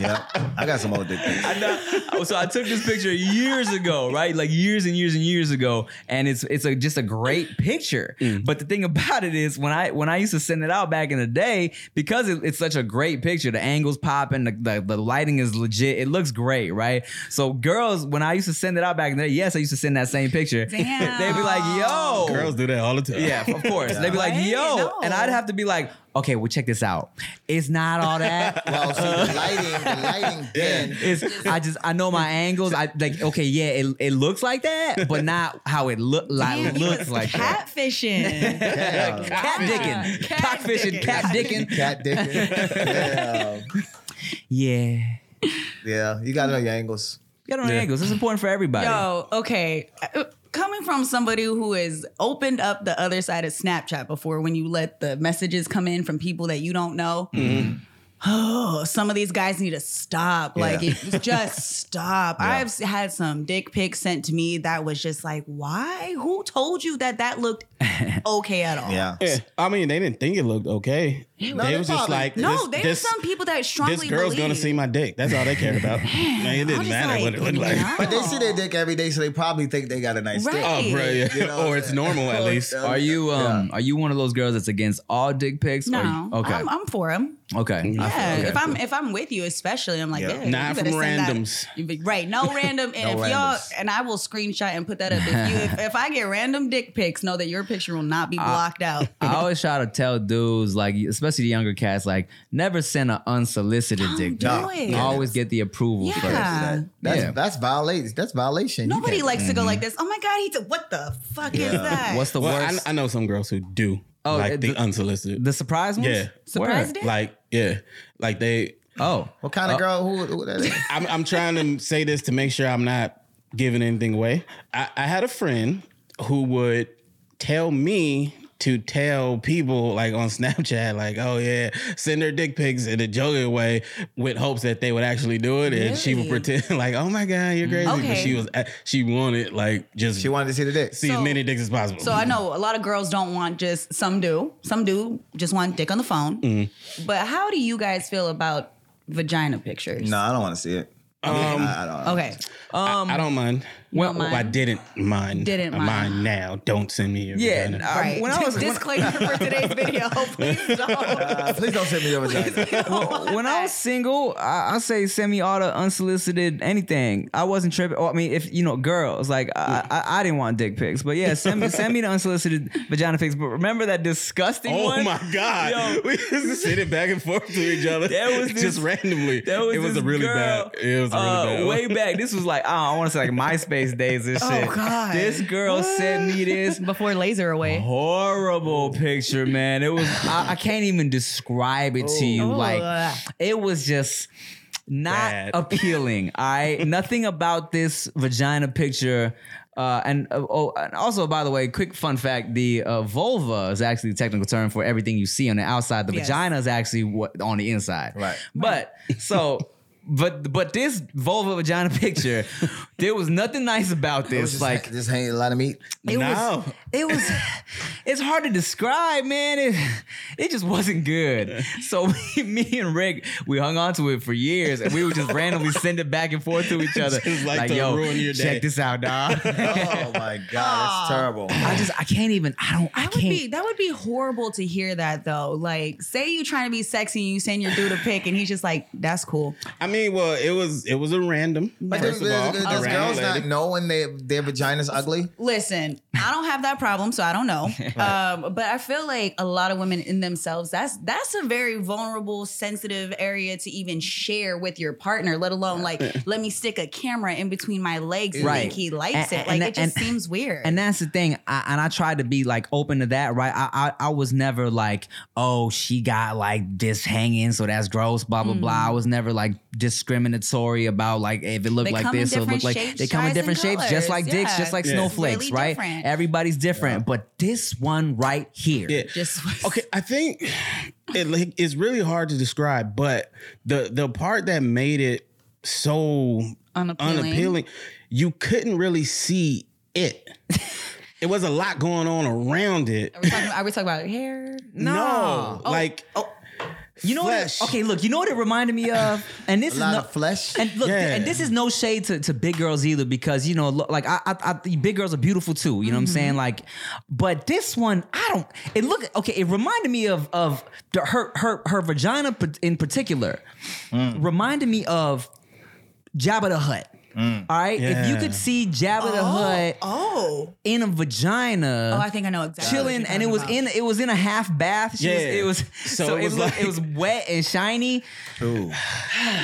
C: yeah, I got some old dick pics.
A: I know. So I took this picture years ago, right? Like years and years and years ago, and it's it's a, just a great picture. But the thing about it is, when I when I used to send it out back in the day, because it- it's such a great picture, the angles popping, the, the the lighting is legit. It looks great, right? So girls, when I used to send it out back in the day, yes, I used to send that same picture.
B: Damn.
A: They'd be like, "Yo,
C: Oh.
D: Girls do that all the time.
A: yeah, of course. They'd be like,
B: Right?
A: yo.
B: No.
A: And I'd have to be like, okay, well, check this out. It's not all that.
C: Well, see, the lighting, the lighting then.
A: It's, I just I know my angles. I like okay, yeah, it, it looks like that, but not how it look
B: Damn,
A: like
B: he
A: looks
B: was
A: like that.
B: catfishing.
C: Damn.
A: Cat dicking,
B: Cat
A: cockfishing,
B: dicking.
A: cat dicking.
C: Cat dicking. Damn.
A: Yeah,
C: Yeah, you gotta know your angles.
A: you gotta know angles. It's important for everybody.
B: Yo, okay. Uh, Coming from somebody who has opened up the other side of Snapchat before when you let the messages come in from people that you don't know.
D: Mm-hmm.
B: Oh, some of these guys need to stop. Like,
C: Yeah.
B: it, just stop. I've s- had some dick pics sent to me that was just like, why? Who told you that that looked okay at all?
C: Yeah.
D: Yeah, I mean, they didn't think it looked okay. they
C: they
D: was just
C: probably-
D: like,
B: No,
D: this,
B: there
D: this,
B: are some people that strongly
D: this girl's
B: believe.
D: gonna see my dick. That's all they cared about. Man, it
B: I was
D: didn't
B: just
D: matter what it looked like.
B: no.
C: But they see their dick every day, so they probably think they got a nice dick.
B: Right.
D: Oh, bro, yeah.
C: You know what
D: or
C: I'm
D: it's
C: saying?
D: normal at least.
A: Are you um are you one of those girls that's against all dick pics? Or-
B: No,
A: okay.
B: I'm, I'm for him.
A: okay. I
B: Yeah,
A: feel- okay.
B: if I'm if I'm with you, especially, I'm like,
C: Yeah.
B: yeah,
D: Not
B: you better
D: from
B: send that-
D: randoms.
B: You be- right? No random. And
C: No
B: if y'all
C: randoms.
B: and I will screenshot and put that up. If you if, if I get random dick pics, know that your picture will not be blocked out.
A: I always try to tell dudes, like especially the younger cats, like never send an unsolicited dick.
B: do
A: pic.
B: it.
A: Always get the approval
B: Yeah.
A: first.
C: That- That's
A: Yeah.
C: that's violation. That's violation. You
B: Nobody
C: can't-
B: likes to go like this. Oh my god, he did. What the fuck is that?
A: Mm-hmm. What's the
D: Well, I,
A: worst?
D: I know some girls who do
A: Oh,
D: like the,
A: the-
D: unsolicited.
A: the surprise ones?
D: Yeah.
B: Surprise
A: Word.
B: dick?
D: like, yeah, like they.
A: Oh.
C: What kind of girl? Who? who that is?
D: I'm, I'm trying to say this to make sure I'm not giving anything away. I, I had a friend who would tell me to tell people like on Snapchat, like, oh yeah, send their dick pics in a joking way with hopes that they would actually do it. And she would
B: Really?
D: pretend like, oh my God, you're crazy. But
B: Okay.
D: she was uh, she wanted like just
C: She wanted to see the dick.
D: see as
B: So-
D: many dicks as possible.
B: So I know a lot of girls don't want just some do, some do just want dick on the phone.
A: Mm-hmm.
B: But how do you guys feel about vagina pictures?
C: No, I don't want to see it. Um, I, I don't.
B: Okay. um,
D: I- I, don't mind. Oh,
A: Well,
B: mind?
D: I didn't mind.
B: Didn't
D: I
B: mind.
D: now. Don't send me your
A: Yeah,
D: vagina.
A: I-
B: Right.
A: when I was- when-
B: Disclaimer for today's video. Please don't.
C: Uh, please don't send me your vagina.
A: Well, when I was single, I, I say send me all the unsolicited anything. I wasn't tripping. Or, I mean, if you know, girls like I, I, I didn't want dick pics, but yeah, send me send me the unsolicited vagina pics. But remember that disgusting
D: Oh
A: one?
D: my god!
A: Yo.
D: we used to send it back and forth to each other.
A: There was this-
D: just randomly.
A: That was
D: it was
A: this
D: a really
A: girl,
D: bad. It was a really
A: uh,
D: bad.
A: Way back, this was like I want to say like MySpace days and shit.
B: Oh, God.
A: This girl sent me this
B: Before laser away.
A: horrible picture, man. It was I, I can't even describe it to you.
B: Oh.
A: Like it was just not
D: Bad.
A: appealing. I nothing about this vagina picture. Uh, and uh, oh, and also by the way, quick fun fact: the uh, vulva is actually the technical term for everything you see on the outside. The
B: Yes.
A: vagina is actually what on the inside.
C: Right.
A: But so. But but this vulva vagina picture, there was nothing nice about this.
C: Just
A: like
C: ha- just hang a lot of meat.
A: it
D: No.
A: was it was it's hard to describe, man. It it just wasn't good. So we, me and Rick, we hung on to it for years and we would just randomly send it back and forth to each other.
D: Just like to ruin your
A: check
D: day."
A: this out, dog.
C: Oh my god, that's terrible.
A: I just I can't even I don't I
B: That would
A: can't
B: be that would be horrible to hear that though. Like, say you trying to be sexy and you send your dude a pic and he's just like, "That's cool."
D: I mean, well, it was it was a random.
C: But
D: first
C: there's,
D: of all,
C: there's, there's
D: a
C: girls
D: random
C: not
D: lady.
C: knowing they, their vagina's ugly.
B: Listen, I don't have that problem, so I don't know. Um, but I feel like a lot of women in themselves that's that's a very vulnerable, sensitive area to even share with your partner. Let alone like, let me stick a camera in between my legs and
A: Right.
B: think he likes
A: And-
B: it. Like,
A: and-
B: it just
A: and-
B: seems weird.
A: And that's the thing. I, and I tried to be like open to that, right? I, I I was never like, oh, she got like this hanging, so that's gross, blah blah
B: Mm.
A: blah. I was never like discriminatory about like if it looked
B: They
A: like
B: come in
A: this or looked
B: different
A: like
B: shapes,
A: they come in
B: sizes,
A: different shapes, just
B: colors.
A: like dicks,
B: Yeah.
A: just like
B: Yeah.
A: snowflakes,
B: Really
A: right?
B: different.
A: Everybody's different, but this one right here,
D: Yeah.
B: just
D: Okay, I think it like it's really hard to describe, but the the part that made it so
B: Unappealing.
D: unappealing you couldn't really see it. it was a lot going on around it.
B: Are we talking, are we talking about hair?
D: No,
A: Oh,
D: like
A: oh, you know
D: flesh.
A: what? Okay, look, you know what it reminded me of, and this
C: A
A: is
C: lot
A: no,
C: of flesh.
A: And look,
D: Yeah.
A: and this is no shade to, to big girls either, because you know, look, like I, I, I, big girls are beautiful too. You know what I'm
D: Mm-hmm.
A: saying? Like, but this one, I don't. It look okay. It reminded me of of the, her her her vagina pa- in particular.
D: Mm.
A: Reminded me of Jabba the Hutt. All right, if you
D: Mm. Yeah.
A: could see Jabba the Hutt
B: Oh.
A: in a vagina.
B: Oh, I think I know exactly. what
A: Chilling
B: you're
A: and it
B: talking
A: was
B: about.
A: in it was in a half bath. She was,
D: Yeah.
A: it was so, it, was
D: like-
A: it was wet and shiny.
C: Ooh.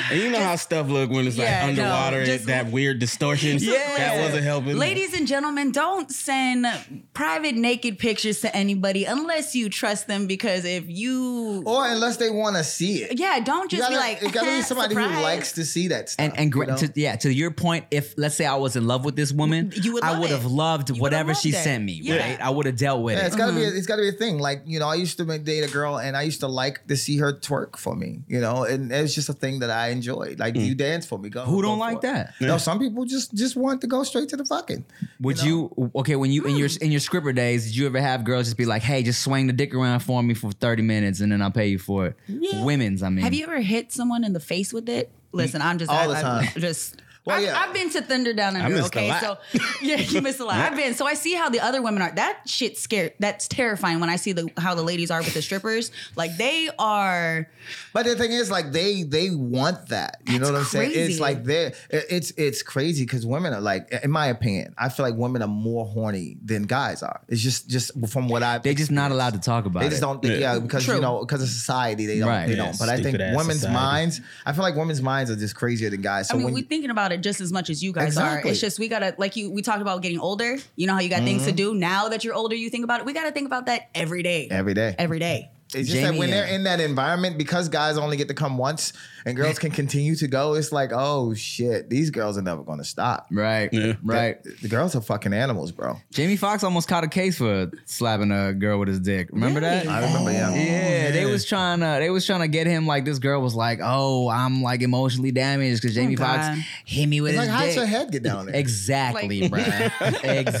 D: And you know how stuff look when it's
B: Yeah,
D: like
B: no,
D: underwater, it-
B: just-
D: that weird distortion.
A: Yeah.
D: that wasn't helping.
B: Ladies and gentlemen, don't send private naked pictures to anybody unless you trust them because if you
C: Or unless they want to see it.
B: Yeah, don't
C: You
B: just
C: gotta,
B: be like
C: it gotta be somebody who
B: surprise.
C: likes to see that stuff.
A: and and
C: you
A: gra-
C: know?
A: to, yeah to your point if let's say i was in love with this woman
B: You would
A: i
B: love
A: would have
B: it.
A: loved
B: would've
A: whatever
B: loved
A: she
B: it.
A: sent me
B: Yeah.
A: right i would have dealt with
C: Yeah,
A: it
C: it's gotta be a, it's gotta be a thing. Like you know, I used to make- date a girl, and I used to like to see her twerk for me. You know, and it's just a thing that I enjoyed. Like you dance for me, go.
A: Mm. Who
C: go
A: don't
C: for
A: like
C: it.
A: that?
C: No, some people just just want to go straight to the fucking.
A: would you, okay when you in your
B: Hmm.
A: in your scripper days did you ever have girls just be like hey just swing the dick around for me for 30 minutes and then i'll pay you for it women's i mean
B: Have you ever hit someone in the face with it? Listen, I'm just
C: All
B: I,
C: the
B: I'm
C: time.
B: just.
C: Well,
B: I've,
C: yeah.
B: I've been to Thunder Down Under.
D: missed a
B: okay,
D: lot.
B: so yeah, you missed a lot. I've been so I see how the other women are. That shit scared. That's terrifying when I see the how the ladies are with the strippers. Like they are.
C: But the thing is, like they they want that. You know what I'm
B: That's
C: saying? It's
B: crazy.
C: like they it's it's crazy because women are like, in my opinion, I feel like women are more horny than guys are. It's just just from what I
A: they just not allowed to talk about
C: They
A: it
C: just don't. Think, yeah.
D: Yeah.
C: because you
B: True.
C: know, because of society, they don't.
A: Right.
C: They
A: Yeah,
C: don't. But I think
D: stupid-ass
C: women's
D: society.
C: minds. I feel like women's minds are just crazier than guys. So
B: I mean,
C: when
B: we're
C: you-
B: thinking about it just as much as you guys
C: Exactly.
B: are. It's just we gotta like you. We talked about getting older. You know how you got things
C: Mm-hmm.
B: to do. Now that you're older, you think about it. We gotta think about that every day.
C: every day,
B: Every day.
C: it's just that
A: Jamie,
C: when they're
A: uh,
C: in that environment, because guys only get to come once and girls can continue to go, it's like, oh shit, these girls are never going to stop.
A: right right
C: The, the girls are fucking animals, bro.
A: jamie Foxx almost caught a case for slapping a girl with his dick remember that
B: Really?
C: I remember, yeah.
A: Yeah, they
D: yeah.
A: was trying to they was trying to get him like this girl was like, oh, I'm like emotionally damaged because Jamie
B: God.
A: Foxx hit me with
C: It's like,
A: his
C: how'd
A: dick.
C: your head get down there?
A: Exactly,
B: Like-
A: bruh.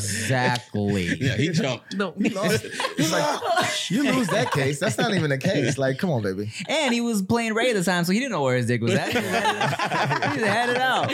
A: exactly.
D: yeah, he jumped.
B: No,
C: It's like, you lose that case. That's not even a case. Like, come on, baby.
A: And he was playing Ray at the time, so he didn't know where his dick was at. he just had it out.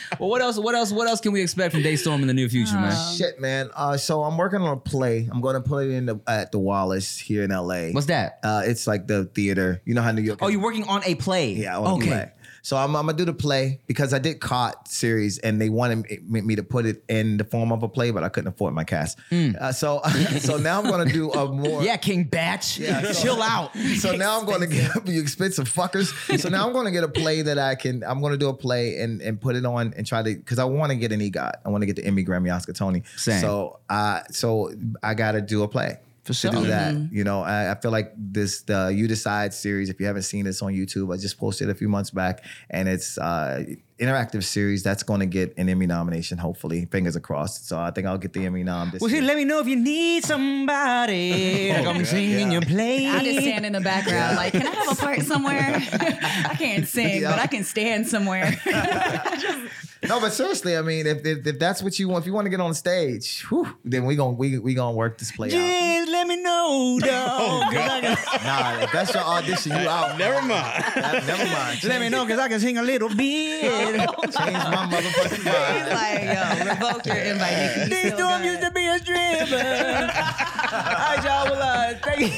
A: well, what else? What else? What else can we expect from Daystorm in the near future,
B: Um,
A: man?
C: Shit, man. Uh, so I'm working on a play. I'm going to put it in the, at the Wallace here in LA.
A: What's that?
C: Uh, it's like the theater. You know how New York.
A: oh, you're working on a play.
C: yeah. I wanna
A: Okay.
C: play. So I'm, I'm gonna do the play because I did Caught series and they wanted me- me, me to put it in the form of a play, but I couldn't afford my cast.
A: Hmm.
C: Uh, so so now I'm gonna do a more
A: Yeah, King Batch.
C: Yeah, so-
A: Chill out.
C: so now I'm going to get up you expensive fuckers. So now I'm going to get a play that I can. I'm going to do a play and and put it on and try to because I want to get an EGOT. I want to get the Emmy, Grammy, Oscar, Tony.
A: Same.
C: So uh, so I got to do a play.
A: For
C: To
A: sure.
C: do that, you know, I, I feel like this the You Decide series. If you haven't seen this on YouTube, I just posted a few months back, and it's uh interactive series that's going to get an Emmy nomination. Hopefully, fingers crossed. So I think I'll get the Emmy nom. This
A: Well,
C: year.
A: here, let me know if you need somebody. Like I'm singing your play.
B: I just stand in the background, like, can I have a part somewhere? I can't sing,
C: Yeah.
B: but I can stand somewhere.
C: No, but seriously, I mean, if, if if that's what you want, if you want to get on stage, whew, then we gonna we we gonna work this play out.
A: Just let me know, dog. 'cause I can-
C: Nah, if that's your audition, you out.
D: Never mind.
C: That- never mind.
A: let me know because I can sing a little bit.
C: Change my motherfucking
B: He's
C: mind.
B: like, yo, revoke your invite. Nikki. You
A: These
B: still
A: Storm
B: got
A: used
B: it.
A: to be a stripper. All right, y'all. Well, uh, thank,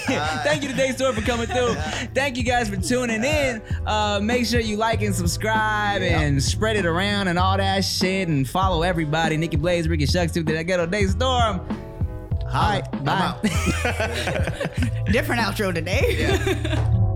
A: thank you to Day Storm for coming through. Thank you guys for tuning in. Uh, make sure you like and subscribe and spread it around and all that shit and follow everybody. Nikki Blaze, Ricky Shucks, too. Did I get on Day Storm?
C: All right,
A: Bye.
C: I'm out.
B: Different outro today.